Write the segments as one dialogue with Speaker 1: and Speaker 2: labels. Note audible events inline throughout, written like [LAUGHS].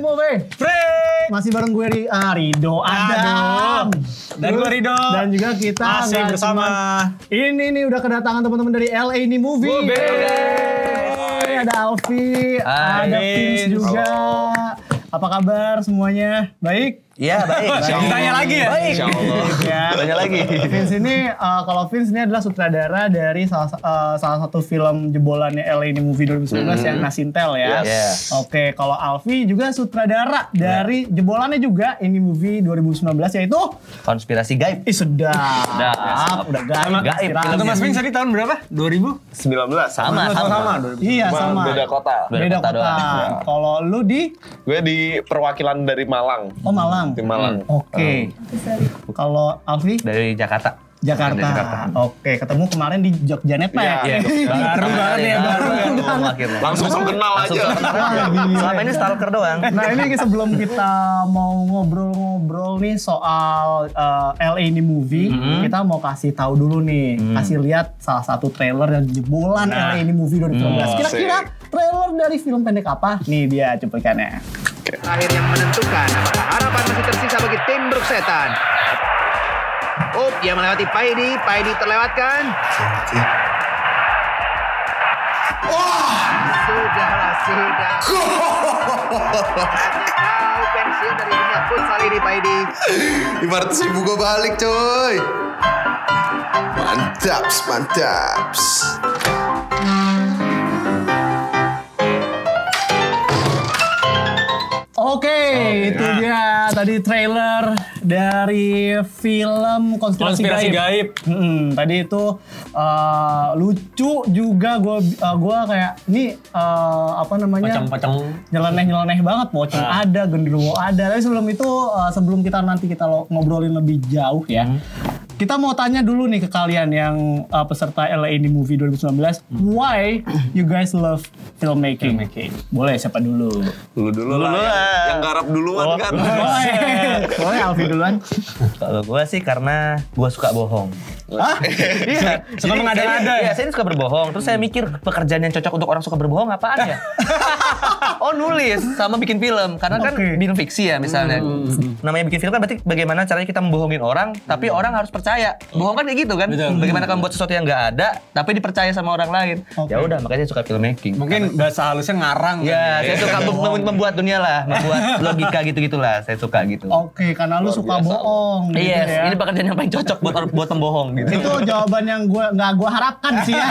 Speaker 1: Wolfe.
Speaker 2: Break.
Speaker 1: Masih bareng gue Ri- ah, Rido Adam.
Speaker 2: Dan gue Rido.
Speaker 1: Dan juga kita
Speaker 2: masih
Speaker 1: nggak
Speaker 2: bersama.
Speaker 1: cuman- ini nih udah kedatangan teman-teman dari LA ini Movie.
Speaker 2: Movie.
Speaker 1: Yeay, Ada Alfi,
Speaker 3: Hai.
Speaker 1: ada Pins
Speaker 2: Pins.
Speaker 1: juga. Apa kabar semuanya? Baik?
Speaker 3: Iya baik.
Speaker 2: Jangan
Speaker 3: Baik.
Speaker 2: ditanya lagi ya?
Speaker 3: Baik.
Speaker 2: Insya Allah.
Speaker 1: Ya. [LAUGHS]
Speaker 3: Tanya lagi.
Speaker 1: Vince ini eh, kalau Vince ini adalah sutradara dari salah, sa- eh, salah satu film jebolannya LA ini Movie 2019 yang Nasintel ya.
Speaker 3: Yes. Yeah.
Speaker 1: Oke, kalau Alfi juga sutradara dari jebolannya juga ini Movie 2019 yaitu
Speaker 3: Konspirasi gaib.
Speaker 1: Ih sedap.
Speaker 3: Sedap.
Speaker 1: udah gaib.
Speaker 3: Sama-
Speaker 1: gaib.
Speaker 3: Gaib.
Speaker 2: Untuk Mas Bing tadi tahun berapa? 2000?
Speaker 4: 19
Speaker 3: Sama,
Speaker 4: sama
Speaker 3: sama.
Speaker 1: Iya
Speaker 4: Cuma
Speaker 1: sama.
Speaker 4: beda kota
Speaker 3: Beda
Speaker 1: Beda
Speaker 3: kota
Speaker 1: kota.
Speaker 3: doang.
Speaker 1: Kalau lu di
Speaker 4: gue di perwakilan dari Malang
Speaker 1: Oh Malang.
Speaker 4: tim Malang
Speaker 1: Oke. Kalau Alfi
Speaker 3: Dari Jakarta.
Speaker 1: Jakarta.
Speaker 3: Dari Jakarta.
Speaker 1: Oke, ketemu kemarin di Jogja Nepek.
Speaker 4: Iya.
Speaker 1: Baru banget ya, baru
Speaker 3: Baru
Speaker 1: banget.
Speaker 3: akhirnya.
Speaker 4: langsung langsung kenal
Speaker 3: Langsung
Speaker 4: aja
Speaker 3: sekarang. Selama ini stalker doang.
Speaker 1: Nah ini sebelum kita mau ngobrol-ngobrol nih soal eh, LA ini movie, kita mau kasih tahu dulu nih, kasih lihat salah satu trailer dan jebolan
Speaker 2: Nah.
Speaker 1: LA ini movie 2019. Kira-kira
Speaker 4: asik.
Speaker 1: trailer dari film pendek apa? Nih dia cuplikannya.
Speaker 5: terakhir yang menentukan apakah harapan masih tersisa bagi tim Bruk Setan. Up, dia melewati Paidi, Paidi terlewatkan. Wah! Sudahlah, sudah. Saatnya kau pensiun dari dunia futsal ini, Paidi.
Speaker 6: 500 ribu gue balik coy Mantaps, mantaps
Speaker 1: Oke, itu dia tadi trailer dari film Konspirasi,
Speaker 2: Konspirasi
Speaker 1: Gaib.
Speaker 2: gaib.
Speaker 1: Mm-mm, tadi itu eh, lucu juga gue gua kayak ini eh, apa namanya?
Speaker 2: Pocong-pocong.
Speaker 1: nyeleneh-nyeleneh banget pocong
Speaker 2: Ah.
Speaker 1: ada genderuwo ada tapi sebelum itu eh, sebelum kita nanti kita lo- ngobrolin lebih jauh ya
Speaker 3: Hmm.
Speaker 1: kita mau tanya dulu nih ke kalian yang eh, peserta LA ini Movie 2019
Speaker 3: Hmm.
Speaker 1: why you guys love filmmaking, boleh siapa dulu
Speaker 4: lu dulu lah
Speaker 3: Dulu
Speaker 4: yang-
Speaker 3: lah.
Speaker 4: yang garap duluan kan
Speaker 1: boleh boleh Alfi duluan
Speaker 3: Kalau gue sih karena gue suka bohong.
Speaker 1: Hah?
Speaker 3: Iya.
Speaker 2: Suka
Speaker 3: Jadi
Speaker 2: mengada-ngada
Speaker 3: saya-
Speaker 2: ya?
Speaker 3: Iya, saya ini suka berbohong. Terus saya mikir pekerjaan yang cocok untuk orang suka berbohong apaan ya? oh nulis sama bikin film. Karena kan
Speaker 1: Oke.
Speaker 3: bikin fiksi ya misalnya. Namanya bikin film kan berarti bagaimana caranya kita membohongin orang, tapi orang harus percaya. Bohong kan kayak gitu kan? Bagaimana kamu buat sesuatu yang nggak ada, tapi dipercaya sama orang lain.
Speaker 1: Oke.
Speaker 3: Ya udah, makanya saya suka filmmaking.
Speaker 2: Mungkin bahasa halusnya ngarang.
Speaker 3: Ya,
Speaker 2: kan?
Speaker 3: saya suka mem- mem- membuat dunia lah, membuat logika gitu-gitulah. Saya suka gitu.
Speaker 1: oke karena lu suka bohong Oh, gitu
Speaker 3: Yes,
Speaker 1: ya.
Speaker 3: Iya, ini pekerjaan yang paling cocok buat buat pembohong gitu.
Speaker 1: [LAUGHS] itu jawaban yang gue nggak gue harapkan sih
Speaker 2: [LAUGHS]
Speaker 1: ya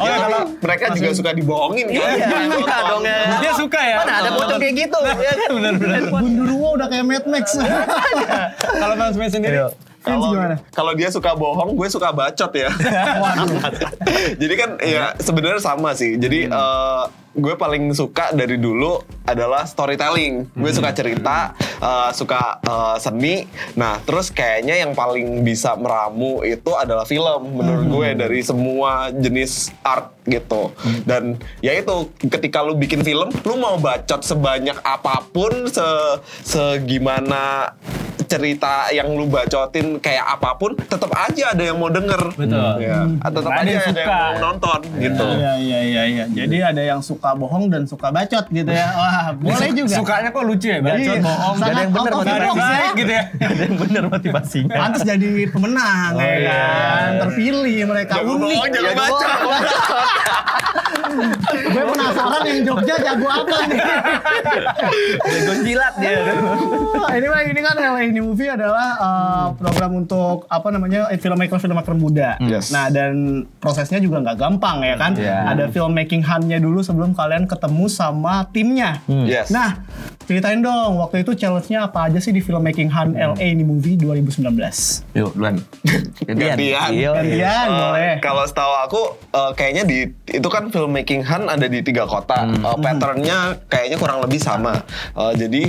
Speaker 4: oh, ya, kalau mereka juga suka dibohongin kan
Speaker 3: Iya, suka dong ya.
Speaker 2: Dia suka ya. Nah,
Speaker 3: Mana ada pocong kayak gitu? Ya kan? Benar-benar.
Speaker 1: genderuwo udah kayak Mad Max [LAUGHS]
Speaker 2: Kalau Mas Bing sendiri.
Speaker 3: Ayo.
Speaker 1: Vince
Speaker 4: Kalau-
Speaker 1: gimana?
Speaker 2: gitu.
Speaker 4: Kalau dia suka bohong, gue suka bacot ya. [LAUGHS] Jadi kan ya sebenarnya sama sih. Jadi eh, gue paling suka dari dulu adalah storytelling. Gue suka cerita, eh, suka eh, seni. Nah, terus kayaknya yang paling bisa meramu itu adalah film menurut gue
Speaker 2: Hmm.
Speaker 4: dari semua jenis art gitu. Dan ya itu ketika lu bikin film, lu mau bacot sebanyak apapun, se segimana cerita yang lu bacotin kayak apapun tetap aja ada yang mau denger
Speaker 2: Betul.
Speaker 4: ya. tetap
Speaker 2: Ada
Speaker 4: aja
Speaker 2: yang
Speaker 4: ada yang
Speaker 2: suka.
Speaker 4: mau nonton gitu
Speaker 1: Iya iya iya iya. Jadi ada yang suka bohong dan suka bacot gitu ya. Wah, boleh juga.
Speaker 2: Sukanya kok lucu ya? Bacot,
Speaker 1: Iya.
Speaker 2: bohong.
Speaker 1: Sangat
Speaker 2: Gak ada yang bener
Speaker 1: out of the
Speaker 2: gak ada yang
Speaker 1: box ya.
Speaker 2: baik gitu ya.
Speaker 3: Ada yang bener motivasinya.
Speaker 1: Pantes jadi pemenang ya
Speaker 2: iya.
Speaker 1: kan. Terpilih mereka
Speaker 4: Jangan
Speaker 1: unik.
Speaker 4: bohong, jangan baca.
Speaker 1: Gue penasaran yang Jogja jago apa nih.
Speaker 2: Iya.
Speaker 3: Jago jilat dia.
Speaker 1: Wah, anyway, ini kan LA Ini Movie adalah uh, program untuk apa namanya eh, filmmaker filmmaker muda.
Speaker 4: Yes.
Speaker 1: Nah dan prosesnya juga nggak gampang ya kan.
Speaker 3: Iya.
Speaker 1: Ada filmmaking hunt-nya dulu sebelum kalian ketemu sama timnya.
Speaker 4: yes
Speaker 1: Nah, ceritain dong waktu itu challenge-nya apa aja sih di filmmaking Han LA ini movie 2019?
Speaker 3: Yuk, duluan. Gantian.
Speaker 4: Gantian.
Speaker 3: Iya, iya.
Speaker 1: Gantian,
Speaker 4: Eh,
Speaker 1: boleh.
Speaker 4: Kalau setahu aku eh, kayaknya di itu kan filmmaking Han ada di tiga kota.
Speaker 3: Hmm.
Speaker 4: Eh, patternnya kayaknya kurang lebih sama. Eh, jadi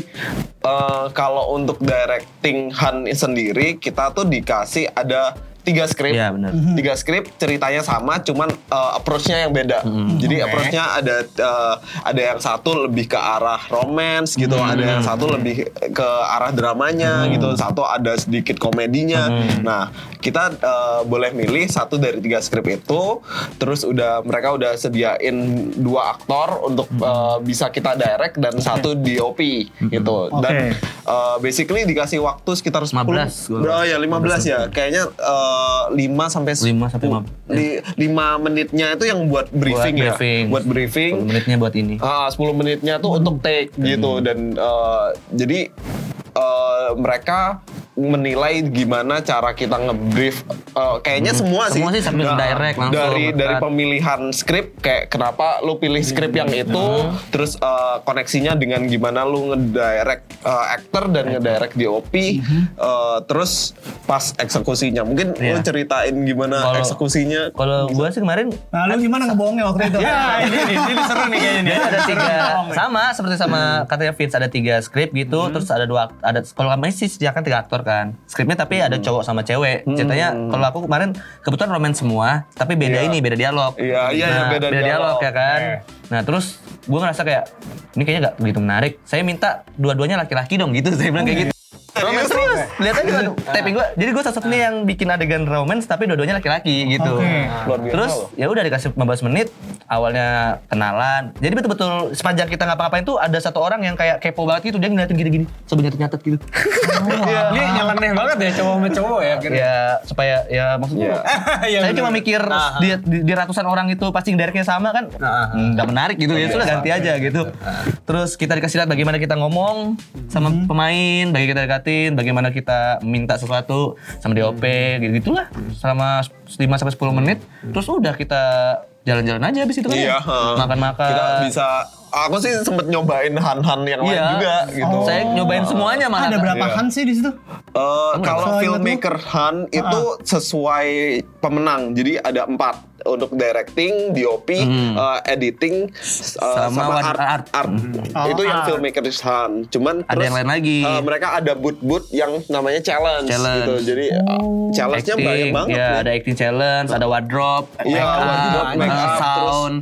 Speaker 4: eh, kalau untuk directing Han sendiri kita tuh dikasih ada tiga skrip,
Speaker 3: Iya, benar.
Speaker 4: tiga skrip ceritanya sama, cuman eh, approach-nya yang beda.
Speaker 3: Hmm.
Speaker 4: Jadi approach-nya ada eh, ada yang satu lebih ke arah romance gitu,
Speaker 3: Hmm.
Speaker 4: ada yang satu lebih ke arah dramanya gitu, satu ada sedikit komedinya.
Speaker 3: Hmm.
Speaker 4: Nah kita eh, boleh milih satu dari tiga skrip itu, terus udah mereka udah sediain dua aktor untuk eh, bisa kita direct dan satu DOP
Speaker 3: Hmm.
Speaker 4: gitu.
Speaker 1: Oke.
Speaker 4: Dan eh, basically dikasih waktu sekitar 10
Speaker 3: 15,
Speaker 4: Oh
Speaker 3: gua
Speaker 4: ya 15 ya. Kayaknya eh, 5 sampai
Speaker 3: 5 sampai
Speaker 4: 10 di- 5 menitnya itu yang buat briefing ya.
Speaker 3: briefing.
Speaker 4: Buat briefing.
Speaker 3: 10 menitnya buat ini.
Speaker 4: Ah, 10 menitnya tuh untuk take
Speaker 3: Hmm.
Speaker 4: gitu dan eh, jadi eh, mereka menilai gimana cara kita ngebrief eh, kayaknya semua sih
Speaker 3: Hmm. Semua sih sambil
Speaker 4: Nah,
Speaker 3: direct langsung,
Speaker 4: dari
Speaker 3: ngecut.
Speaker 4: dari pemilihan skrip kayak kenapa lu pilih skrip yang
Speaker 3: Hmm.
Speaker 4: itu terus eh, koneksinya dengan gimana lu ngedirect eh, actor dan ngedirect DOP eh, terus pas eksekusinya mungkin lu
Speaker 3: Hmm. Iya.
Speaker 4: ceritain gimana
Speaker 3: Kalau-
Speaker 4: eksekusinya
Speaker 3: Kalau gua sih kemarin
Speaker 1: Nah, lu gimana ngebohongnya waktu
Speaker 3: [LAUGHS]
Speaker 1: itu?
Speaker 2: Ya, ini, ini, ini seru nih kayaknya nih. Hmm.
Speaker 3: Dia ada tiga sama seperti sama katanya Vince ada tiga skrip gitu terus ada dua akt- ada kalau kami sih sediakan tiga aktor kan skripnya tapi ada
Speaker 2: Hmm.
Speaker 3: cowok sama cewek ceritanya kalau aku kemarin kebetulan romance semua tapi beda
Speaker 4: Iya.
Speaker 3: ini beda dialog
Speaker 4: Iya, iya, iya, beda dialog.
Speaker 3: ya kan
Speaker 2: Iya.
Speaker 3: nah terus gue ngerasa kayak ini kayaknya gak begitu menarik saya minta dua-duanya laki-laki dong gitu saya bilang kayak gitu Romance terus,
Speaker 2: Eh.
Speaker 3: lihat aja kan taping gue. Jadi gue satu satunya yang bikin adegan romance tapi dua-duanya laki-laki gitu.
Speaker 2: Nah,
Speaker 4: Luar biasa
Speaker 3: Terus
Speaker 4: loh.
Speaker 3: ya udah dikasih 15 menit awalnya kenalan jadi betul-betul sepanjang kita ngapa-ngapain tuh ada satu orang yang kayak kepo banget gitu dia ngeliatin gini-gini sambil nyatet-nyetet gitu
Speaker 2: [LAUGHS] Iya, Ini yang aneh banget ya cowok sama cowok ya. akhirnya.
Speaker 3: ya supaya ya maksudnya
Speaker 2: Iya,
Speaker 3: saya
Speaker 2: bener.
Speaker 3: cuma mikir
Speaker 4: Nah,
Speaker 2: Aha.
Speaker 4: ah.
Speaker 3: di, di- di ratusan orang itu pasti directnya sama kan nggak menarik gitu
Speaker 4: Iya,
Speaker 3: ya sudah ganti aja gitu terus kita dikasih lihat bagaimana kita ngomong sama
Speaker 4: Hmm.
Speaker 3: pemain bagaimana kita dekatin bagaimana kita minta sesuatu sama DOP
Speaker 4: Hmm.
Speaker 3: gitu gitulah selama 5 sampai 10 menit terus udah kita jalan-jalan aja habis itu kan ya.
Speaker 4: Iya, heeh.
Speaker 3: makan-makan
Speaker 4: kita bisa aku sih sempet nyobain han-han yang lain
Speaker 3: Iya.
Speaker 4: juga gitu.
Speaker 3: Saya nyobain semuanya malah.
Speaker 1: Ada berapa
Speaker 4: Iya.
Speaker 1: kan sih di situ?
Speaker 4: Eh,
Speaker 1: Soalnya
Speaker 4: kalau
Speaker 1: tuh-
Speaker 4: filmmaker Han
Speaker 3: Ah.
Speaker 4: itu sesuai pemenang, jadi ada empat untuk directing, DOP, eh, editing, s- eh,
Speaker 3: Hmm. Sama
Speaker 4: sama,
Speaker 3: one
Speaker 4: art.
Speaker 3: art. Hmm.
Speaker 4: art. itu yang
Speaker 1: art.
Speaker 4: filmmaker Han. Cuman
Speaker 3: Ada yang lain lagi.
Speaker 4: eh, mereka ada boot-boot yang namanya challenge,
Speaker 3: Challenge.
Speaker 4: gitu. Jadi eh, challenge-nya banyak banget.
Speaker 3: ya,
Speaker 4: nih.
Speaker 3: ada acting challenge, ada wardrobe,
Speaker 4: Iya,
Speaker 3: make
Speaker 4: wardrobe,
Speaker 3: up,
Speaker 4: make
Speaker 3: uh,
Speaker 4: up, terus-
Speaker 3: sound.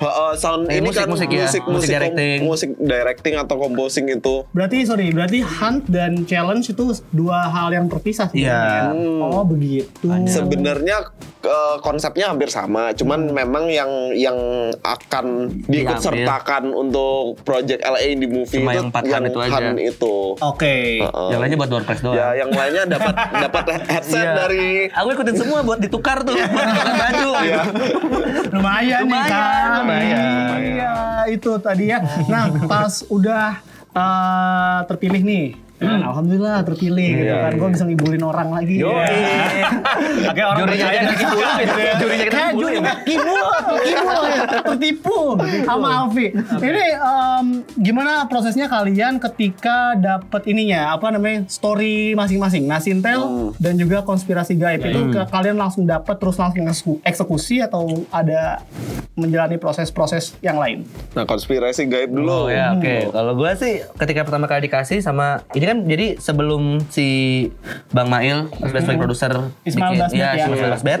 Speaker 4: Heeh, sound
Speaker 3: Eh,
Speaker 4: ini
Speaker 3: musik,
Speaker 4: kan
Speaker 3: musik ya.
Speaker 4: musik,
Speaker 3: Musik
Speaker 4: musik, kom-
Speaker 3: directing. Hmm.
Speaker 4: musik directing atau composing itu
Speaker 1: Berarti sorry, berarti hunt dan challenge itu dua hal yang terpisah sih.
Speaker 3: Iya.
Speaker 1: Oh begitu.
Speaker 4: Sebenarnya eh, konsepnya hampir sama,
Speaker 3: Hmm.
Speaker 4: cuman memang yang yang akan diikut
Speaker 3: Diambil.
Speaker 4: sertakan untuk project LA di movie
Speaker 3: iya. Cuma
Speaker 4: itu
Speaker 3: yang empat kan itu aja.
Speaker 4: Han itu.
Speaker 1: Oke.
Speaker 4: Heeh.
Speaker 3: Yang lainnya buat WordPress doang.
Speaker 4: ya yang lainnya dapat dapat headset
Speaker 3: Iya.
Speaker 4: dari
Speaker 3: Aku ikutin semua buat ditukar tuh, buat tukar baju.
Speaker 4: Iya.
Speaker 1: Lumayan, nih
Speaker 3: Lumayan,
Speaker 1: kan.
Speaker 4: lumayan.
Speaker 1: Iya, itu tadi ya. Nah, pas udah eh, terpilih nih. Nah, Alhamdulillah terpilih gitu kan. Gue bisa ngibulin orang lagi.
Speaker 3: Iya,
Speaker 1: Iya.
Speaker 3: Yoi.
Speaker 1: Pakai orang
Speaker 3: Jurinya
Speaker 1: percaya
Speaker 3: aja
Speaker 1: gitu.
Speaker 3: kaki bulu gitu ya. Jurinya kita
Speaker 1: Kayak
Speaker 3: bulu
Speaker 1: juri
Speaker 3: ya.
Speaker 1: kaki bulu, kaki bulu ya. tertipu sama Alfi. Ini em, gimana prosesnya kalian ketika dapet ininya apa namanya story masing-masing, nah Sintel
Speaker 3: Hmm.
Speaker 1: dan juga konspirasi gaib itu ke- kalian langsung dapet terus langsung ngesu- eksekusi atau ada menjalani proses-proses yang lain?
Speaker 4: Nah, konspirasi gaib dulu.
Speaker 3: Oh ya oke. Kalau gue sih ketika pertama kali dikasih sama ini kan jadi sebelum si Bang Mail sebagai produser
Speaker 1: Ismail
Speaker 3: bikin-
Speaker 1: Basmet
Speaker 3: ya,
Speaker 1: ya.
Speaker 3: Ismail Basmet,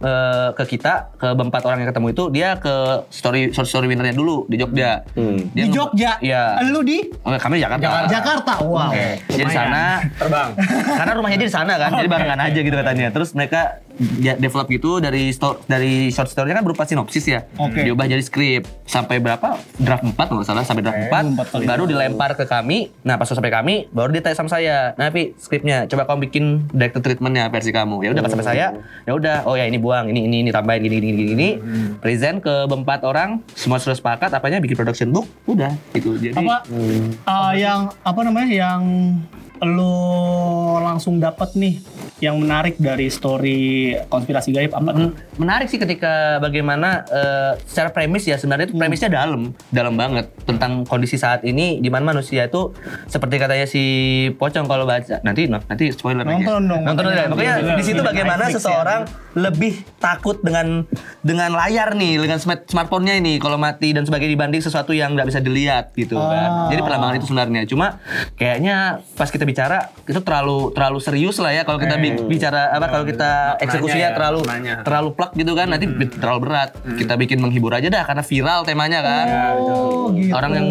Speaker 3: eh, ke kita ke empat orang yang ketemu itu dia ke story story, story winnernya dulu di Jogja. Dia
Speaker 1: Mm. di
Speaker 3: nge-
Speaker 1: Jogja,
Speaker 3: Iya.
Speaker 1: lu di
Speaker 3: Oke, kami di Jakarta.
Speaker 1: Jakarta, wow.
Speaker 3: Oke. Jadi di sana
Speaker 2: Terbang.
Speaker 3: [LAUGHS] karena rumahnya dia di sana kan, jadi barengan aja gitu katanya. Terus mereka dia- develop gitu dari sto- dari short story-nya kan berupa sinopsis ya.
Speaker 1: Oke.
Speaker 3: Diubah jadi skrip sampai berapa? Draft 4 kalau nggak salah, sampai
Speaker 1: Eh,
Speaker 3: draft 4, baru dilempar ke kami. Nah, pas sampai kami baru dia tanya sama saya. Nah, Pi, skripnya coba kamu bikin director treatment-nya versi kamu. Ya udah pas sampai saya, ya udah, oh ya ini buang, ini ini ini tambahin gini gini gini gini.
Speaker 1: Hmm.
Speaker 3: Present ke empat orang, semua sudah sepakat apanya bikin production book, udah gitu. Jadi
Speaker 1: apa
Speaker 2: Hmm.
Speaker 1: eh, yang apa namanya yang lo langsung dapat nih yang menarik dari story konspirasi gaib apa tuh?
Speaker 2: Hmm.
Speaker 3: Men- menarik sih ketika bagaimana eh, secara premis ya sebenarnya itu
Speaker 1: Mm.
Speaker 3: premisnya dalam dalam banget tentang kondisi saat ini di mana manusia itu seperti katanya si pocong kalau baca nanti nanti spoiler lagi. ya.
Speaker 1: Nonton dong,
Speaker 3: nonton
Speaker 1: makanya.
Speaker 3: aja. makanya
Speaker 1: Iya,
Speaker 3: di situ
Speaker 1: iya.
Speaker 3: bagaimana
Speaker 1: Netflix ya.
Speaker 3: seseorang lebih takut dengan dengan layar nih dengan smart smartphone-nya ini kalau mati dan sebagainya dibanding sesuatu yang nggak bisa dilihat gitu
Speaker 1: Ah.
Speaker 3: kan jadi perlambangan itu sebenarnya cuma kayaknya pas kita bicara itu terlalu terlalu serius lah ya kalau kita
Speaker 2: Oke.
Speaker 1: Eh.
Speaker 3: bi- bicara apa kalau kita eksekusinya
Speaker 2: ya,
Speaker 3: terlalu
Speaker 2: maknanya.
Speaker 3: terlalu plak gitu kan nanti bi- terlalu berat. Kita bikin menghibur aja dah karena viral temanya kan.
Speaker 1: Oh, gitu.
Speaker 3: Orang yang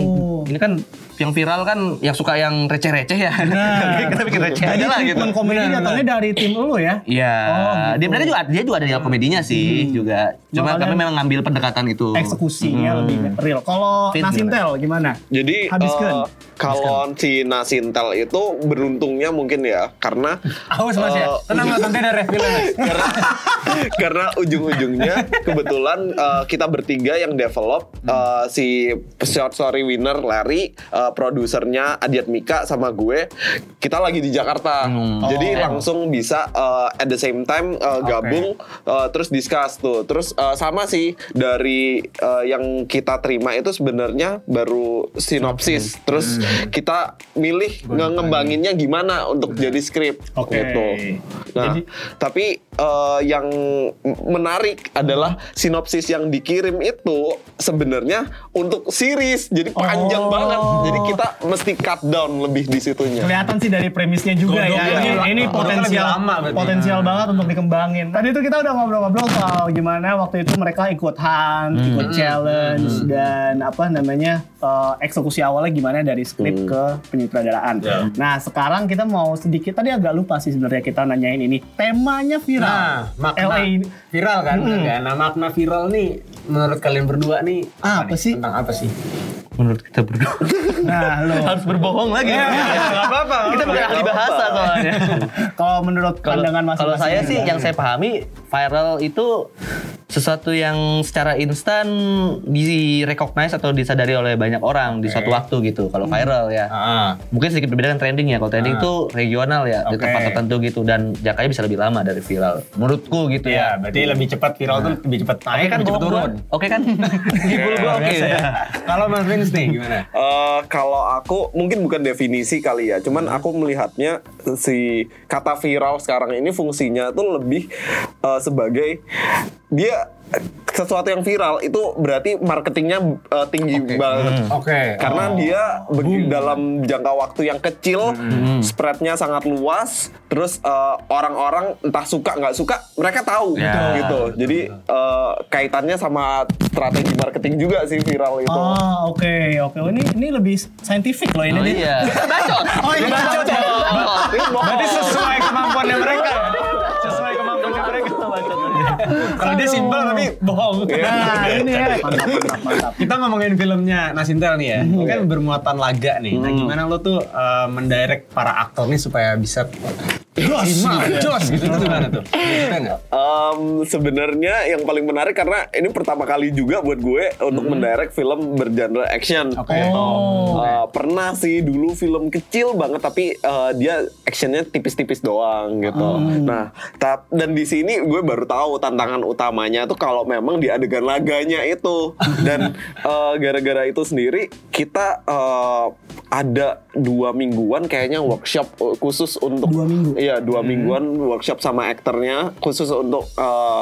Speaker 3: ini kan yang viral kan yang suka yang receh-receh ya. [LAUGHS] kita bikin receh
Speaker 1: Jadi
Speaker 3: aja lah gitu.
Speaker 1: treatment komedi datangnya dari tim lu ya?
Speaker 3: Iya,
Speaker 1: Oh, gitu.
Speaker 3: dia benar juga dia juga ada di dalam komedinya sih juga. Cuma
Speaker 1: Makanya-
Speaker 3: kami memang ngambil pendekatan itu. Hmm.
Speaker 1: Eksekusinya
Speaker 2: Hmm.
Speaker 1: lebih real. Kalau
Speaker 3: Fit
Speaker 1: Nasintel gimana?
Speaker 4: Jadi
Speaker 1: Habiskan.
Speaker 4: eh, kalau si Nasintel itu beruntungnya mungkin ya karena
Speaker 2: Awas mas ya.
Speaker 1: Oh.
Speaker 4: Eh,
Speaker 2: Tenang mas, nanti ada refill.
Speaker 4: karena, karena ujung-ujungnya kebetulan eh, kita bertiga yang develop eh, si short story winner Larry, eh, produsernya Adiat Mika sama gue, kita lagi di Jakarta. Jadi langsung bisa eh, at the same time eh, gabung eh, terus discuss tuh. Terus eh, sama sih dari eh, yang kita terima itu sebenarnya baru sinopsis. Terus kita milih nge- ngembanginnya gimana untuk jadi skrip
Speaker 1: Oke.
Speaker 4: gitu. Nah, tapi eh, yang m- menarik adalah sinopsis yang dikirim itu sebenarnya untuk series, jadi panjang
Speaker 1: Oh.
Speaker 4: banget. Jadi kita mesti cut down lebih di situnya.
Speaker 2: Iya.
Speaker 1: Kelihatan sih dari premisnya juga ya.
Speaker 2: Godok ya.
Speaker 1: Ini, ini
Speaker 2: Godoknya
Speaker 1: potensial
Speaker 2: lebih lama berarti. Nah.
Speaker 1: potensial banget untuk dikembangin. Tadi itu kita udah ngobrol-ngobrol soal gimana waktu itu mereka ikut hunt,
Speaker 2: Hmm.
Speaker 1: ikut challenge dan apa namanya eh, eksekusi awalnya gimana dari skrip
Speaker 2: Hmm.
Speaker 1: ke penyutradaraan.
Speaker 2: Ya.
Speaker 1: Nah sekarang kita mau sedikit tadi agak lupa sih sebenarnya kita nanyain ini temanya viral.
Speaker 2: Nah, makna
Speaker 1: LA ini.
Speaker 2: viral kan? Ya, Nah, makna viral nih menurut kalian berdua nih
Speaker 1: Ah, apa
Speaker 2: nih?
Speaker 1: sih?
Speaker 2: Tentang apa sih?
Speaker 3: Menurut kita berdua.
Speaker 1: Nah lo
Speaker 3: [LAUGHS] Harus berbohong lagi.
Speaker 2: Enggak Iya, apa-apa.
Speaker 3: kita bukan ahli bahasa soalnya.
Speaker 2: [LAUGHS]
Speaker 1: kalau menurut
Speaker 3: Kalau-
Speaker 1: pandangan masing-masing.
Speaker 3: Kalau saya
Speaker 2: ya.
Speaker 3: sih
Speaker 1: gimana?
Speaker 3: yang saya pahami viral itu sesuatu yang secara instan direcognize atau disadari oleh banyak orang di suatu waktu gitu.
Speaker 2: Hmm.
Speaker 3: Kalau viral ya.
Speaker 2: Heeh.
Speaker 3: Mungkin sedikit berbeda dengan trending ya. Kalau trending itu regional ya, di
Speaker 2: Ah. Oke.
Speaker 3: tempat tertentu gitu dan jakanya bisa lebih lama dari viral. Menurutku gitu
Speaker 2: Iya,
Speaker 3: ya.
Speaker 2: berarti lebih cepat viral tuh lebih cepat naik,
Speaker 3: kan
Speaker 2: lebih cepat
Speaker 3: bohong gua.
Speaker 2: turun.
Speaker 3: Oke kan? Gibul gua oke.
Speaker 2: Biasa ya. Kalau Mas Vince nih gimana?
Speaker 4: Eh, kalau aku mungkin bukan definisi kali ya, cuman aku melihatnya si kata viral sekarang ini fungsinya tuh lebih eh, sebagai dia sesuatu yang viral itu berarti marketingnya eh, tinggi banget.
Speaker 2: Oke.
Speaker 4: Karena dia begi- dalam jangka waktu yang kecil, spreadnya sangat luas, terus eh, orang-orang entah suka nggak suka, mereka tahu
Speaker 3: Ya,
Speaker 4: gitu. Jadi eh, kaitannya sama strategi marketing juga sih viral itu.
Speaker 1: Oh oke oke ini ini lebih saintifik loh ini.
Speaker 3: Oh
Speaker 1: nih.
Speaker 3: iya. Bacot.
Speaker 1: Oh ini baca
Speaker 2: Berarti sesuai kemampuannya mereka. Sesuai kemampuannya mereka. Kalau dia simpel tapi bohong.
Speaker 4: Iya.
Speaker 1: Nah, ini ya. Mantap, mantap, mantap.
Speaker 2: Kita ngomongin filmnya Nasintel nih ya, ini kan bermuatan laga nih. Nah gimana lo tuh eh, mendirect para aktor nih supaya bisa maksimal, jos gitu tuh gimana tuh? Bisa nggak?
Speaker 4: Em, sebenarnya yang paling menarik karena ini pertama kali juga buat gue untuk mendirect film bergenre action.
Speaker 1: Oh.
Speaker 4: Eh, pernah sih dulu film kecil banget tapi eh, dia actionnya tipis-tipis doang gitu.
Speaker 1: Hmm.
Speaker 4: Nah, tap, dan di sini gue baru tahu tantangan utamanya tuh kalau memang di adegan laganya
Speaker 1: [LAUGHS]
Speaker 4: itu dan eh, gara-gara itu sendiri kita eh, ada dua mingguan kayaknya workshop eh, khusus untuk
Speaker 1: Dua minggu? Hmm.
Speaker 4: Iya dua mingguan workshop sama aktornya khusus untuk eh,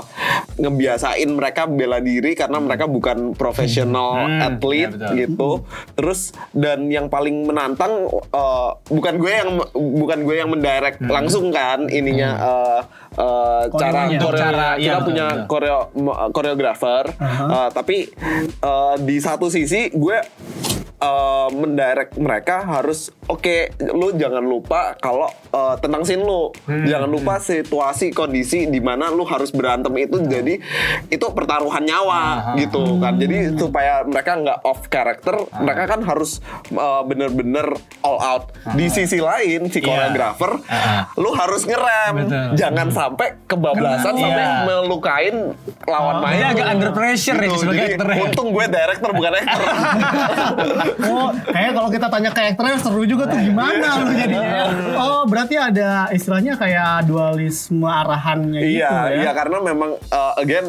Speaker 4: ngebiasain mereka bela diri karena mereka bukan profesional
Speaker 1: Hmm.
Speaker 4: atlet
Speaker 2: ya, betul.
Speaker 4: gitu. Terus dan yang paling menantang eh, bukan gue yang bukan gue yang mendirect
Speaker 2: Hmm.
Speaker 4: langsung kan ininya eh, eh, cara
Speaker 1: Koreonya.
Speaker 4: koreo-
Speaker 2: Cara, iya,
Speaker 4: kita
Speaker 2: betul,
Speaker 4: punya
Speaker 2: betul. Uh-huh.
Speaker 4: koreo koreografer. Eh, tapi eh, di satu sisi gue eh, mendirect mereka harus oke lu jangan lupa kalau eh, tentang scene lu
Speaker 2: Hmm.
Speaker 4: jangan lupa situasi kondisi di mana lu harus berantem itu
Speaker 2: Hmm.
Speaker 4: jadi itu pertaruhan nyawa
Speaker 2: Ah,
Speaker 4: gitu kan jadi
Speaker 2: Hmm.
Speaker 4: supaya mereka nggak off karakter
Speaker 2: Ah.
Speaker 4: mereka kan harus eh, bener-bener all out di sisi lain si koreografer
Speaker 2: Iya. Ah.
Speaker 4: lu harus ngerem
Speaker 2: Betul. Hmm.
Speaker 4: jangan sampai kebablasan
Speaker 2: Kena,
Speaker 4: sampai
Speaker 2: iya. Oh,
Speaker 4: melukain lawan main
Speaker 2: Dia
Speaker 4: lu.
Speaker 2: agak under pressure ya
Speaker 4: Gitu,
Speaker 2: sebagai
Speaker 4: jadi
Speaker 2: aktor ya.
Speaker 4: untung gue director bukan
Speaker 2: [LAUGHS]
Speaker 4: actor
Speaker 1: Oh, kayaknya kalau kita tanya ke aktornya seru juga tuh gimana lu
Speaker 4: Iya.
Speaker 1: jadinya. Oh, berarti ada istilahnya kayak dualisme arahannya gitu
Speaker 4: Iya,
Speaker 1: ya.
Speaker 4: iya karena memang uh, again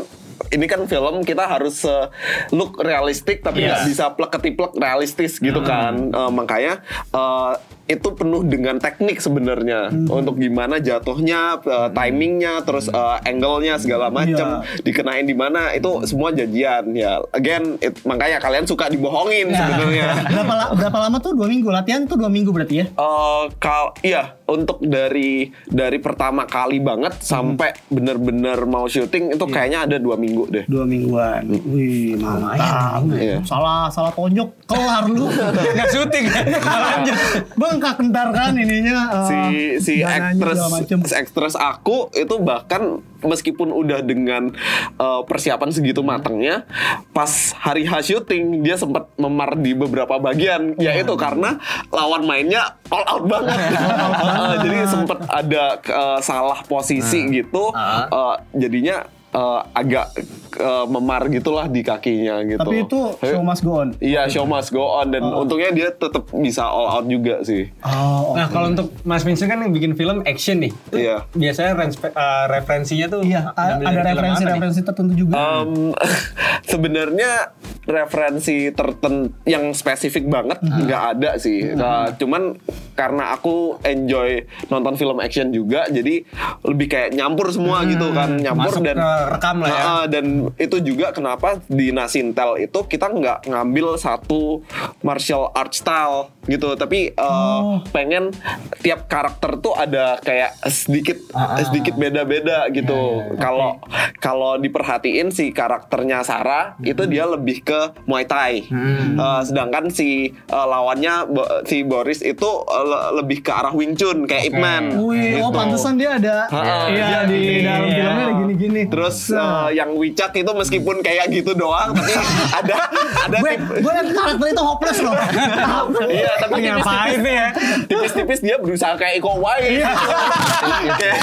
Speaker 4: ini kan film kita harus uh,
Speaker 1: Iya.
Speaker 4: look realistik tapi nggak
Speaker 2: Yes.
Speaker 1: Hmm.
Speaker 4: bisa plek ketiplek realistis gitu kan. Uh, makanya uh, Eh, itu penuh dengan teknik sebenarnya
Speaker 1: Hmm.
Speaker 4: untuk gimana jatuhnya, eh, timingnya, terus eh, angle-nya segala macam,
Speaker 1: Iya.
Speaker 4: dikenain di mana itu semua janjian ya. Again, it- makanya kalian suka dibohongin
Speaker 1: Nah.
Speaker 4: sebenarnya.
Speaker 1: Iya. [LAUGHS] berapa, la- berapa lama tuh dua minggu latihan tuh dua minggu berarti ya?
Speaker 4: Eh, kal iya untuk dari dari pertama kali banget sampai bener-bener mau syuting itu kayaknya ada dua minggu deh.
Speaker 1: Dua mingguan. Wih, lumayan.
Speaker 4: Iya.
Speaker 1: Salah salah tonjok kelar lu.
Speaker 2: Nggak syuting.
Speaker 1: Lanjut. Bang kak kentar kan ininya. eh,
Speaker 4: si si
Speaker 1: dananya
Speaker 4: aktres
Speaker 1: segala macem.
Speaker 4: si aktres aku itu bahkan meskipun udah dengan uh, persiapan segitu
Speaker 1: Hmm.
Speaker 4: matangnya pas hari H syuting dia sempat memar di beberapa bagian
Speaker 1: Iya.
Speaker 4: yaitu karena lawan mainnya all out
Speaker 1: [LAUGHS]
Speaker 4: banget [LAUGHS] Uh, jadi sempat ada uh, salah posisi
Speaker 1: Nah.
Speaker 4: gitu
Speaker 1: Ah.
Speaker 4: uh, jadinya uh, agak uh, memar gitulah di kakinya gitu
Speaker 1: Tapi itu Ah. show must go on.
Speaker 4: Iya, show must go on dan untungnya dia tetap bisa all out juga sih.
Speaker 1: Oh,
Speaker 2: Nah kalau untuk Mas Vincent kan yang bikin film action nih. Itu
Speaker 4: Iya.
Speaker 2: Biasanya renspe- eh, referensinya tuh
Speaker 1: Iya, a-
Speaker 2: ngambil dari
Speaker 1: ada
Speaker 2: film apa nih?
Speaker 1: referensi-referensi tertentu juga.
Speaker 4: Em, [LAUGHS] sebenarnya referensi tertentu yang spesifik banget nggak ada sih. Nah, cuman karena aku enjoy nonton film action juga, jadi lebih kayak nyampur semua gitu kan, nyampur
Speaker 2: Hmm, Masuk
Speaker 4: dan
Speaker 2: ke rekam lah ya.
Speaker 4: Nah, dan itu juga kenapa di Nasintel itu kita nggak ngambil satu martial art style gitu, tapi eh, pengen tiap karakter tuh ada kayak sedikit sedikit beda-beda gitu. Kalau kalau diperhatiin si karakternya Sarah itu dia lebih ke Muay Thai, Eh, sedangkan si eh, lawannya Bo- si Boris itu eh, le- lebih ke arah Wing Chun kayak Ip Man.
Speaker 1: Wih, oh
Speaker 4: gitu.
Speaker 1: pantesan dia ada.
Speaker 4: Ha-ha.
Speaker 1: Iya, di dalam filmnya ada gini-gini.
Speaker 4: Terus eh, yang Wicak itu meskipun kayak gitu doang, tapi ada ada
Speaker 1: gue
Speaker 4: tip-
Speaker 1: gue Eh, liat karakter itu hopeless loh.
Speaker 4: Iya, tapi
Speaker 2: Ngapain nih ya?
Speaker 4: tipis-tipis dia berusaha kayak Iko Uwais. Kayak-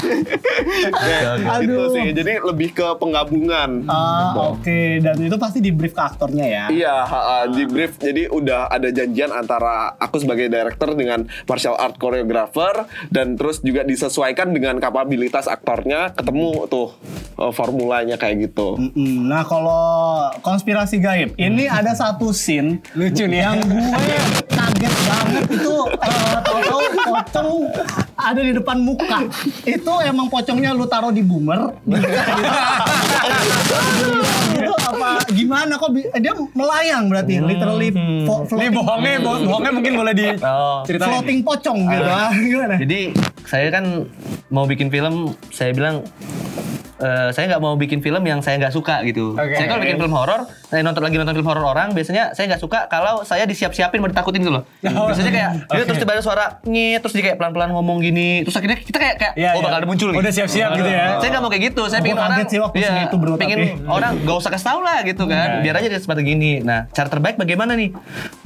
Speaker 4: kayak gitu
Speaker 1: Aduh.
Speaker 4: sih. Jadi lebih ke penggabungan.
Speaker 1: Ah, oke. Dan itu pasti di brief ke aktornya ya.
Speaker 4: Iya, ha, ha, di brief. Jadi udah ada janjian antara aku sebagai director dengan martial art choreographer dan terus juga disesuaikan dengan kapabilitas aktornya. Ketemu tuh eh, formulanya kayak gitu.
Speaker 1: Mm, Nah kalau konspirasi gaib, ini ada satu scene
Speaker 2: Lucu nih.
Speaker 1: yang gue kaget banget itu eh, tahu-tahu pocong ada di depan muka. Itu emang pocongnya lu taruh di boomer. itu apa gimana kok bi- dia melayang berarti literally fo-
Speaker 2: Ini
Speaker 1: floating,
Speaker 2: bohongnya, bo- bohongnya mungkin boleh
Speaker 3: Oh.
Speaker 2: diceritain.
Speaker 1: floating pocong gitu. Ah, gimana?
Speaker 3: Jadi saya kan mau bikin film, saya bilang eh, saya nggak mau bikin film yang saya nggak suka gitu.
Speaker 2: Oke.
Speaker 3: Saya kalau bikin film horor, saya nonton lagi nonton film horor orang, biasanya saya nggak suka kalau saya disiap-siapin mau ditakutin gitu loh.
Speaker 2: Oh.
Speaker 3: Biasanya
Speaker 2: [LAUGHS]
Speaker 3: kayak dia terus tiba-tiba ada suara nyet, terus dia kayak pelan-pelan ngomong gini, terus akhirnya kita kayak kayak
Speaker 2: Iya,
Speaker 3: oh bakal
Speaker 2: iya.
Speaker 3: ada muncul nih.
Speaker 2: Udah siap-siap gitu ya.
Speaker 3: Saya nggak mau kayak gitu, saya
Speaker 1: Gua
Speaker 3: pengen
Speaker 1: kaget
Speaker 3: orang
Speaker 1: sih waktu
Speaker 3: Iya,
Speaker 1: segitu, bro,
Speaker 3: pengen
Speaker 1: tapi.
Speaker 3: orang gak usah kasih tau lah gitu kan, biar aja dia seperti gini. Nah, cara terbaik bagaimana nih?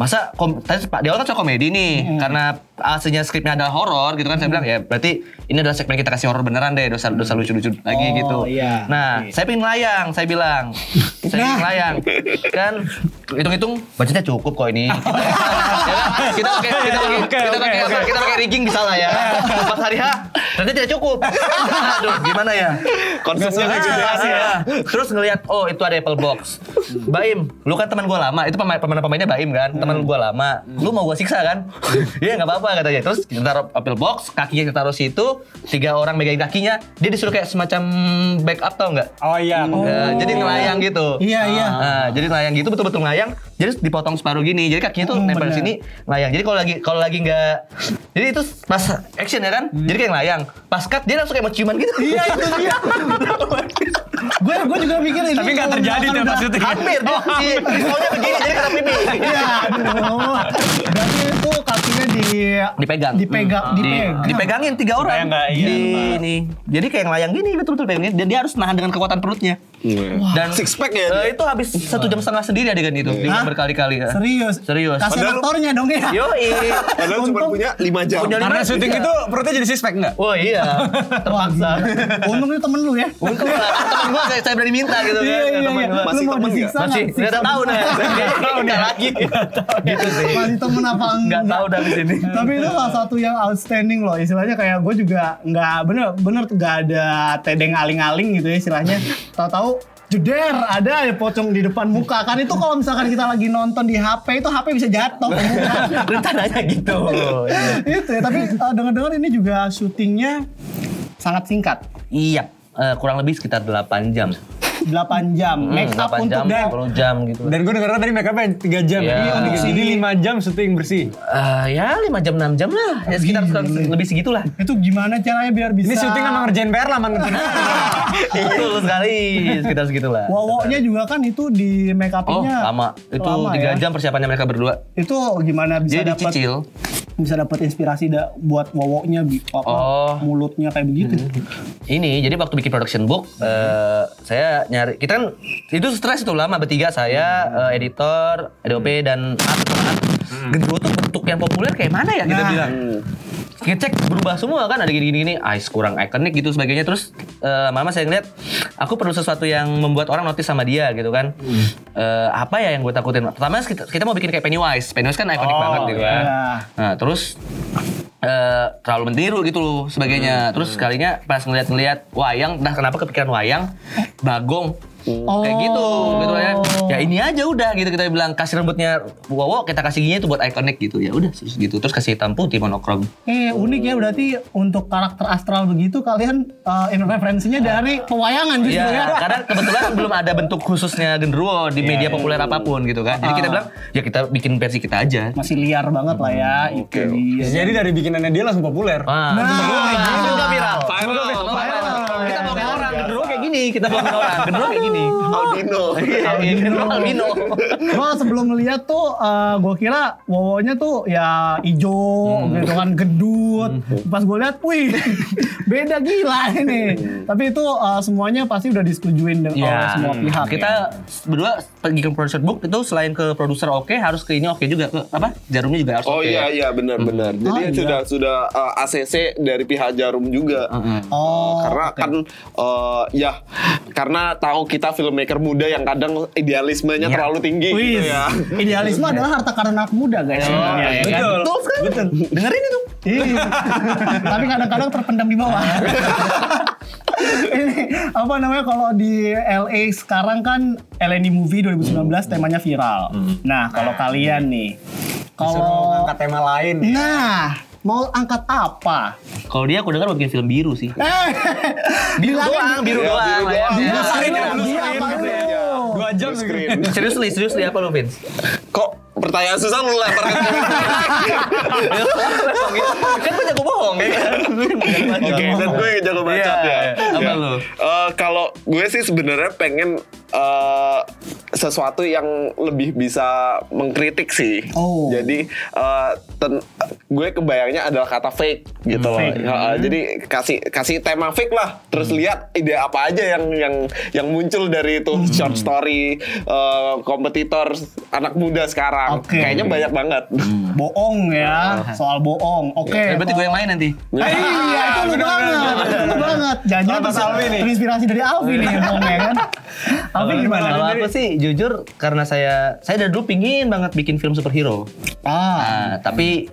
Speaker 3: Masa kom tadi Pak di awal kan soal komedi nih, karena aslinya skripnya ada horor gitu kan, saya bilang ya berarti ini adalah segmen kita kasih horor beneran deh, dosa dosa lucu-lucu lagi
Speaker 1: Oh,
Speaker 3: gitu.
Speaker 1: iya.
Speaker 3: Nah, saya pengen layang, saya bilang, saya pengen layang, kan hitung-hitung budgetnya cukup kok ini. Ya kan? kita pakai kita pakai
Speaker 2: Oke,
Speaker 3: kita
Speaker 2: oke,
Speaker 3: pakai apa? Kita pakai rigging bisa lah ya. Pas hari ha, ternyata tidak cukup. [LAUGHS] Aduh, gimana ya?
Speaker 4: Konsepnya kayak gitu ya.
Speaker 3: Ah, ah. Terus ngelihat oh itu ada Apple Box. Baim, lu kan teman gua lama. Itu pemain pemain pemainnya Baim kan, teman gua lama. Lu mau gua siksa kan? Iya nggak apa-apa katanya. Terus kita taruh Apple Box, kakinya kita taruh situ, tiga orang megang kakinya, dia disuruh kayak semacam backup tau nggak?
Speaker 2: Oh iya.
Speaker 3: Nah, jadi ngelayang gitu.
Speaker 1: Iya, iya.
Speaker 3: Nah, jadi ngelayang gitu betul-betul ngelayang. Jadi dipotong separuh gini. Jadi kakinya tuh
Speaker 1: Hmm,
Speaker 3: nempel di
Speaker 1: bener.
Speaker 3: sini ngelayang. Jadi kalau lagi kalau lagi nggak jadi itu pas action ya kan. Jadi kayak ngelayang. Pas cut dia langsung kayak mau ciuman gitu. Iya itu dia.
Speaker 1: Gue gue juga mikir ini.
Speaker 2: Tapi nggak
Speaker 1: kalau
Speaker 2: terjadi
Speaker 1: misalkan
Speaker 2: tuh
Speaker 1: udah-
Speaker 2: pas syuting.
Speaker 3: Hampir dia si pisaunya begini jadi kena pipi.
Speaker 1: Iya, aduh. Berarti itu kakinya di
Speaker 3: Dipegang.
Speaker 1: dipegang,
Speaker 3: Hmm. Di-
Speaker 1: dipegang.
Speaker 3: dipegangin tiga
Speaker 2: Supaya
Speaker 3: orang.
Speaker 2: nggak, iya,
Speaker 3: Di-
Speaker 2: lupa.
Speaker 3: nih. Jadi kayak ngelayang gini betul-betul pegangin dan dia harus nahan dengan kekuatan perutnya. Dan
Speaker 4: gitu. Six pack ya
Speaker 3: eh,
Speaker 4: dia?
Speaker 3: itu habis satu jam setengah sendiri adegan itu
Speaker 1: Hah?
Speaker 3: dengan berkali-kali. ya.
Speaker 1: Serius.
Speaker 3: Serius.
Speaker 1: Kasih
Speaker 4: Padahal-
Speaker 1: aktornya dong ya.
Speaker 3: Yoi.
Speaker 4: Padahal cuma
Speaker 1: Untung-
Speaker 4: punya 5 jam.
Speaker 3: Punya lima
Speaker 2: Karena
Speaker 3: jam.
Speaker 2: syuting itu perutnya jadi sispek nggak?
Speaker 3: Oh iya, terpaksa.
Speaker 1: Untung itu temen lu ya.
Speaker 3: Untung lah, temen gua saya, saya berani minta gitu kan.
Speaker 1: Iya, iya,
Speaker 3: temen
Speaker 1: iya.
Speaker 3: gua.
Speaker 4: Masih
Speaker 1: Lu mau
Speaker 4: temen nggak?
Speaker 1: disiksa
Speaker 3: Masih,
Speaker 1: nggak?
Speaker 3: nggak tahu nih.
Speaker 2: tahu
Speaker 3: Nggak lagi. Gitu sih.
Speaker 1: Masih temen apa enggak?
Speaker 3: Nggak tahu dah di sini.
Speaker 1: Tapi itu salah satu yang outstanding loh. Istilahnya kayak gue juga nggak bener bener nggak ada tedeng aling-aling gitu ya istilahnya. Tahu-tahu jeder ada ya pocong di depan muka kan itu kalau misalkan kita lagi nonton di HP itu HP bisa jatuh ke
Speaker 3: [LAUGHS]
Speaker 1: muka
Speaker 3: rencananya gitu
Speaker 1: itu ya tapi eh, dengar-dengar ini juga syutingnya sangat singkat
Speaker 3: iya eh, kurang lebih sekitar 8 jam
Speaker 1: 8 jam make up
Speaker 3: 8
Speaker 1: untuk
Speaker 3: Hmm, jam
Speaker 1: dan
Speaker 3: 10 jam gitu
Speaker 2: Dan gue dengar tadi mereka apa 3 jam.
Speaker 3: Iya.
Speaker 2: Iya,
Speaker 3: Untuk
Speaker 2: Jadi 5 jam syuting bersih.
Speaker 3: Eh, ya 5 jam 6 jam lah ya sekitar sekitar lebih
Speaker 1: [LAUGHS]
Speaker 3: segitulah
Speaker 1: itu gimana caranya biar bisa
Speaker 2: Ini syuting sama ngerjain PR lama [LAUGHS]
Speaker 3: betul sekali sekitar segitulah
Speaker 1: Wowoknya juga kan itu di make
Speaker 3: oh
Speaker 1: up-nya
Speaker 3: lama itu
Speaker 1: lama
Speaker 3: 3
Speaker 1: ya.
Speaker 3: jam persiapannya mereka berdua
Speaker 1: Itu gimana bisa
Speaker 3: jadi
Speaker 1: dapat
Speaker 3: dicicil
Speaker 1: bisa dapat inspirasi da- buat wowoknya bi- apa,
Speaker 3: Oh. Hmm.
Speaker 1: mulutnya kayak begitu.
Speaker 3: ini jadi waktu bikin production book eh, saya nyari kita kan itu stres itu lama bertiga saya eh, editor
Speaker 1: Hmm.
Speaker 3: DOP dan art art. Genderuwo tuh bentuk yang populer kayak mana ya kita
Speaker 1: Nah.
Speaker 3: bilang ngecek berubah semua kan ada gini gini ice kurang ikonik gitu sebagainya terus eh, mama saya ngeliat aku perlu sesuatu yang membuat orang notice sama dia gitu kan
Speaker 1: Hmm.
Speaker 3: Eh, apa ya yang gue takutin pertama kita, kita mau bikin kayak Pennywise Pennywise kan ikonik banget gitu kan
Speaker 1: iya.
Speaker 3: nah terus eh, terlalu meniru gitu loh sebagainya terus sekalinya pas ngeliat-ngeliat wayang entah kenapa kepikiran wayang bagong kayak gitu gitu ya ya ini aja udah gitu kita bilang kasih rambutnya wow kita kasih gini itu buat ikonik gitu ya udah terus gitu terus kasih hitam putih monokrom
Speaker 1: Eh unik ya berarti untuk karakter astral begitu kalian eh, in- referensinya dari pewayangan justru
Speaker 3: Iya,
Speaker 1: ya.
Speaker 3: karena kebetulan belum ada bentuk khususnya genderuwo di media populer apapun gitu kan. Jadi kita bilang ya kita bikin versi kita aja.
Speaker 1: Masih liar banget lah ya itu dia.
Speaker 2: Jadi dari bikinannya dia langsung populer.
Speaker 3: Wah,
Speaker 1: Nah,
Speaker 3: Hmm, nah,
Speaker 1: gitu.
Speaker 3: viral.
Speaker 4: Viral.
Speaker 1: Viral.
Speaker 3: Kita mau orang genderuwo kayak gini, kita mau orang genderuwo kayak gini.
Speaker 1: Oh,
Speaker 4: Aldino.
Speaker 3: Iya, Genderuwo albino.
Speaker 1: Gua sebelum ngeliat tuh eh, gua kira wowonya tuh ya ijo
Speaker 3: Hmm.
Speaker 1: gitu kan gendut. Pas gua lihat wih [LAUGHS] beda gila ini.
Speaker 3: Hmm.
Speaker 1: Tapi itu eh, semuanya pasti udah disetujuin dengan
Speaker 3: Ya,
Speaker 1: oleh semua pihak.
Speaker 3: kita berdua pergi ke producer book itu selain ke produser oke harus ke ini oke juga ke apa jarumnya juga harus
Speaker 4: Oh
Speaker 3: oke.
Speaker 4: iya iya benar-benar. Jadi
Speaker 1: Oh, iya.
Speaker 4: sudah sudah uh, ACC dari pihak Jarum juga. Uh,
Speaker 1: Oh,
Speaker 4: karena kan uh, ya karena tahu kita filmmaker muda yang kadang idealismenya
Speaker 3: Iya.
Speaker 4: terlalu tinggi gitu
Speaker 1: Wih,
Speaker 4: ya.
Speaker 1: idealisme adalah harta karun anak muda guys. sebenarnya, ya Iya. kan?
Speaker 2: Betul.
Speaker 3: Betul. Dengerin itu.
Speaker 1: Iya. [LAUGHS] Tapi kadang-kadang terpendam di [LAUGHS] bawah. Ini apa namanya kalau di LA sekarang kan LA Movie 2019 temanya viral.
Speaker 3: Hmm.
Speaker 1: Nah, kalau kalian nih
Speaker 2: Suruh
Speaker 1: kalau
Speaker 2: ngangkat tema lain.
Speaker 1: nah mau angkat apa?
Speaker 3: Kalau dia aku dengar mau bikin film biru sih.
Speaker 1: Eh,
Speaker 3: Biru doang, biru
Speaker 4: Iya,
Speaker 3: doang.
Speaker 4: biru doang.
Speaker 3: Ya.
Speaker 4: Biru
Speaker 1: [LAUGHS] screen,
Speaker 4: screen,
Speaker 1: blue
Speaker 4: iya,
Speaker 1: screen,
Speaker 4: apa
Speaker 1: gitu
Speaker 4: lu?
Speaker 1: ya.
Speaker 2: Dua jam gitu.
Speaker 4: Blue
Speaker 2: screen.
Speaker 4: screen.
Speaker 3: Seriously, seriously apa lu,
Speaker 4: [LAUGHS]
Speaker 3: Vince?
Speaker 4: Kok pertanyaan susah lu lempar ke
Speaker 1: [LAUGHS]
Speaker 3: kan gue jago bohong ya kan?
Speaker 4: Oke, dan gue jago bacot
Speaker 3: Iya,
Speaker 4: ya.
Speaker 3: apa
Speaker 4: Iya.
Speaker 3: lu?
Speaker 4: Eh, kalau gue sih sebenarnya pengen eh, sesuatu yang lebih bisa mengkritik sih.
Speaker 1: Oh.
Speaker 4: Jadi eh, ten- gue kebayangnya adalah kata fake gitu loh.
Speaker 1: Fake.
Speaker 4: Heeh,
Speaker 3: Hmm.
Speaker 4: Jadi kasih kasih tema fake lah. Terus lihat ide apa aja yang yang yang muncul dari itu
Speaker 1: Hmm.
Speaker 4: short story eh, kompetitor anak muda sekarang.
Speaker 1: Oke.
Speaker 4: Kayaknya banyak banget.
Speaker 3: Hmm.
Speaker 1: Bohong ya, soal bohong. Oke.
Speaker 3: Iya. Eh, berarti gue yang main nanti
Speaker 1: Eh, iya, itu lu banget, itu lu banget. Jangan
Speaker 2: Soal Mas Alwi nih.
Speaker 1: terinspirasi dari Alvi nih, bohongnya kan. Alvi gimana?
Speaker 3: Eh, kalau aku sih jujur karena saya saya dari dulu pingin banget bikin film superhero
Speaker 1: Ah,
Speaker 3: Nah, tapi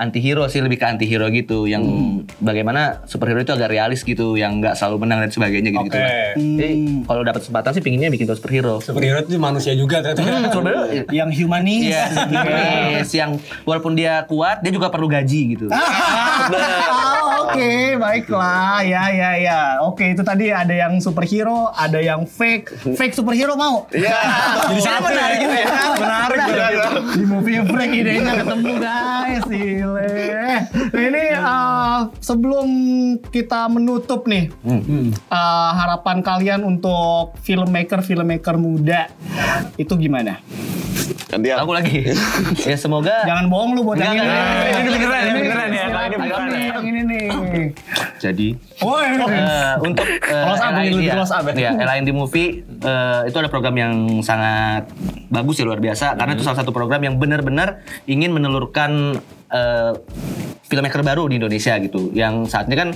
Speaker 3: anti hero sih lebih ke anti hero gitu yang bagaimana superhero itu agak realis gitu yang nggak selalu menang dan sebagainya gitu gitu
Speaker 2: Oke.
Speaker 3: jadi kalau dapat kesempatan sih pinginnya bikin film superhero
Speaker 2: Superhero itu manusia juga ternyata.
Speaker 3: superhero
Speaker 1: Hmm. yang humanis. [LAUGHS] Gitu.
Speaker 3: Iya, humanis, yang walaupun dia kuat, dia juga perlu gaji gitu.
Speaker 1: Ah, Oke, baiklah. Ya, ya, ya. Oke, itu tadi ada yang superhero, ada yang fake. Fake superhero mau?
Speaker 4: Iya.
Speaker 2: Jadi satu ya.
Speaker 1: menarik ya.
Speaker 2: Menarik.
Speaker 4: Benar.
Speaker 1: Di movie break idenya ketemu guys, Ile. Nah, ini eh, sebelum kita menutup nih,
Speaker 2: Hmm.
Speaker 1: eh, harapan kalian untuk filmmaker filmmaker muda itu gimana?
Speaker 4: Nanti ya.
Speaker 3: Aku
Speaker 1: [LAUGHS]
Speaker 3: lagi. ya semoga
Speaker 1: Jangan bohong lu buat yang ini.
Speaker 3: Enggak, enggak,
Speaker 2: enggak. Ini beneran, ini beneran ya.
Speaker 1: istirahat
Speaker 2: Ini beneran
Speaker 1: nih,
Speaker 2: ya.
Speaker 1: yang Ini nih.
Speaker 3: jadi
Speaker 1: Woi.
Speaker 3: Eh, untuk eh,
Speaker 2: Close up,
Speaker 3: LIND,
Speaker 2: lebih
Speaker 3: ya.
Speaker 2: close up ya.
Speaker 3: Iya, LIND Movie eh, itu ada program yang sangat bagus
Speaker 2: Hmm.
Speaker 3: ya luar biasa karena itu salah satu program yang benar-benar ingin menelurkan eh, filmmaker baru di Indonesia gitu. Yang saat ini kan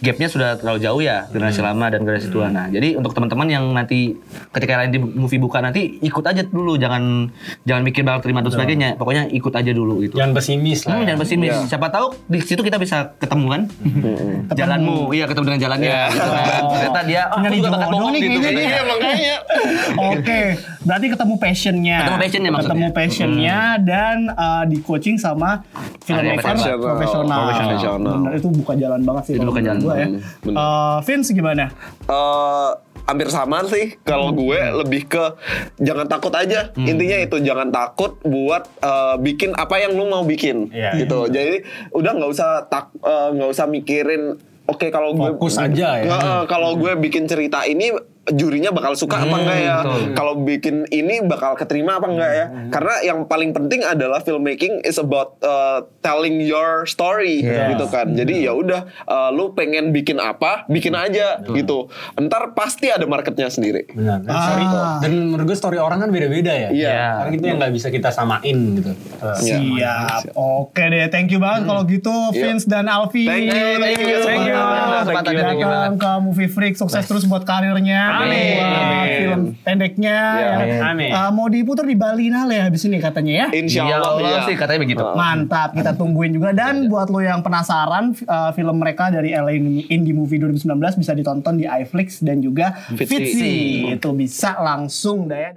Speaker 3: gapnya sudah terlalu jauh ya generasi
Speaker 2: Hmm.
Speaker 3: lama dan generasi tua. Nah jadi untuk teman-teman yang nanti ketika lain di movie buka nanti ikut aja dulu, jangan jangan mikir bakal terima dan sebagainya. Pokoknya ikut aja dulu gitu.
Speaker 2: Jangan pesimis lah. ya.
Speaker 3: Hmm, jangan pesimis. Siapa tahu di situ kita bisa ketemu kan? Jalanmu, iya ketemu dengan jalannya. gitu kan. Ternyata dia, ah, aku
Speaker 1: Nyari
Speaker 3: juga bakat
Speaker 1: jodoh
Speaker 3: bohong
Speaker 1: nih
Speaker 3: gitu.
Speaker 1: kayaknya
Speaker 3: katanya.
Speaker 1: nih. Oke, berarti ketemu passionnya.
Speaker 3: Ketemu passionnya maksudnya.
Speaker 1: Ketemu passionnya dan uh, di coaching sama filmmaker
Speaker 4: Profesional.
Speaker 1: profesional.
Speaker 4: Profesional.
Speaker 1: Bener, itu buka jalan banget sih.
Speaker 3: Itu
Speaker 1: kalau
Speaker 3: buka
Speaker 1: menurut
Speaker 3: jalan.
Speaker 1: gua ya.
Speaker 4: Bener.
Speaker 1: Eh, Vince gimana?
Speaker 4: eh hampir sama sih kalau
Speaker 2: Hmm.
Speaker 4: gue lebih ke jangan takut aja intinya itu jangan takut buat eh, bikin apa yang lu mau bikin
Speaker 2: Iya.
Speaker 4: gitu jadi udah nggak usah tak eh, nggak usah mikirin oke kalau gue
Speaker 2: Fokus aja ya.
Speaker 4: Nggak, eh, kalau gue bikin cerita ini jurinya bakal suka apa enggak ya
Speaker 3: Hmm, betul. Hmm.
Speaker 4: kalau bikin ini bakal keterima apa enggak ya karena yang paling penting adalah filmmaking is about eh, telling your story
Speaker 2: Yes.
Speaker 4: gitu kan jadi ya udah eh, lu pengen bikin apa bikin aja gitu entar pasti ada marketnya sendiri
Speaker 2: Benar. Dan, story,
Speaker 1: Ah.
Speaker 2: dan menurut gue story orang kan beda-beda ya.
Speaker 4: Iya.
Speaker 2: Orang itu yang nggak bisa kita samain gitu. Eh,
Speaker 4: Iya.
Speaker 1: Siap. Oke deh, thank you banget kalau gitu Vince dan Alfi.
Speaker 4: Thank you, thank you,
Speaker 1: Thank
Speaker 4: thank
Speaker 1: you.
Speaker 4: you.
Speaker 1: Thank
Speaker 3: Thank
Speaker 1: you.
Speaker 3: you.
Speaker 1: Datang ke Movie Freak, sukses terus buat karirnya.
Speaker 2: Amin.
Speaker 1: Buat film pendeknya. ya.
Speaker 2: Amin.
Speaker 1: Eh, mau diputar di Bali Nale habis ini katanya ya.
Speaker 4: Insya
Speaker 3: Iya,
Speaker 4: Allah
Speaker 3: Allah
Speaker 4: ya.
Speaker 3: sih katanya begitu.
Speaker 1: Gitu. Mantap, kita tungguin juga dan buat lo yang penasaran uh, film mereka dari LA Indie Movie 2019 bisa ditonton di iFlix dan juga
Speaker 4: Fitzy.
Speaker 1: Fitzy. Itu bisa langsung deh.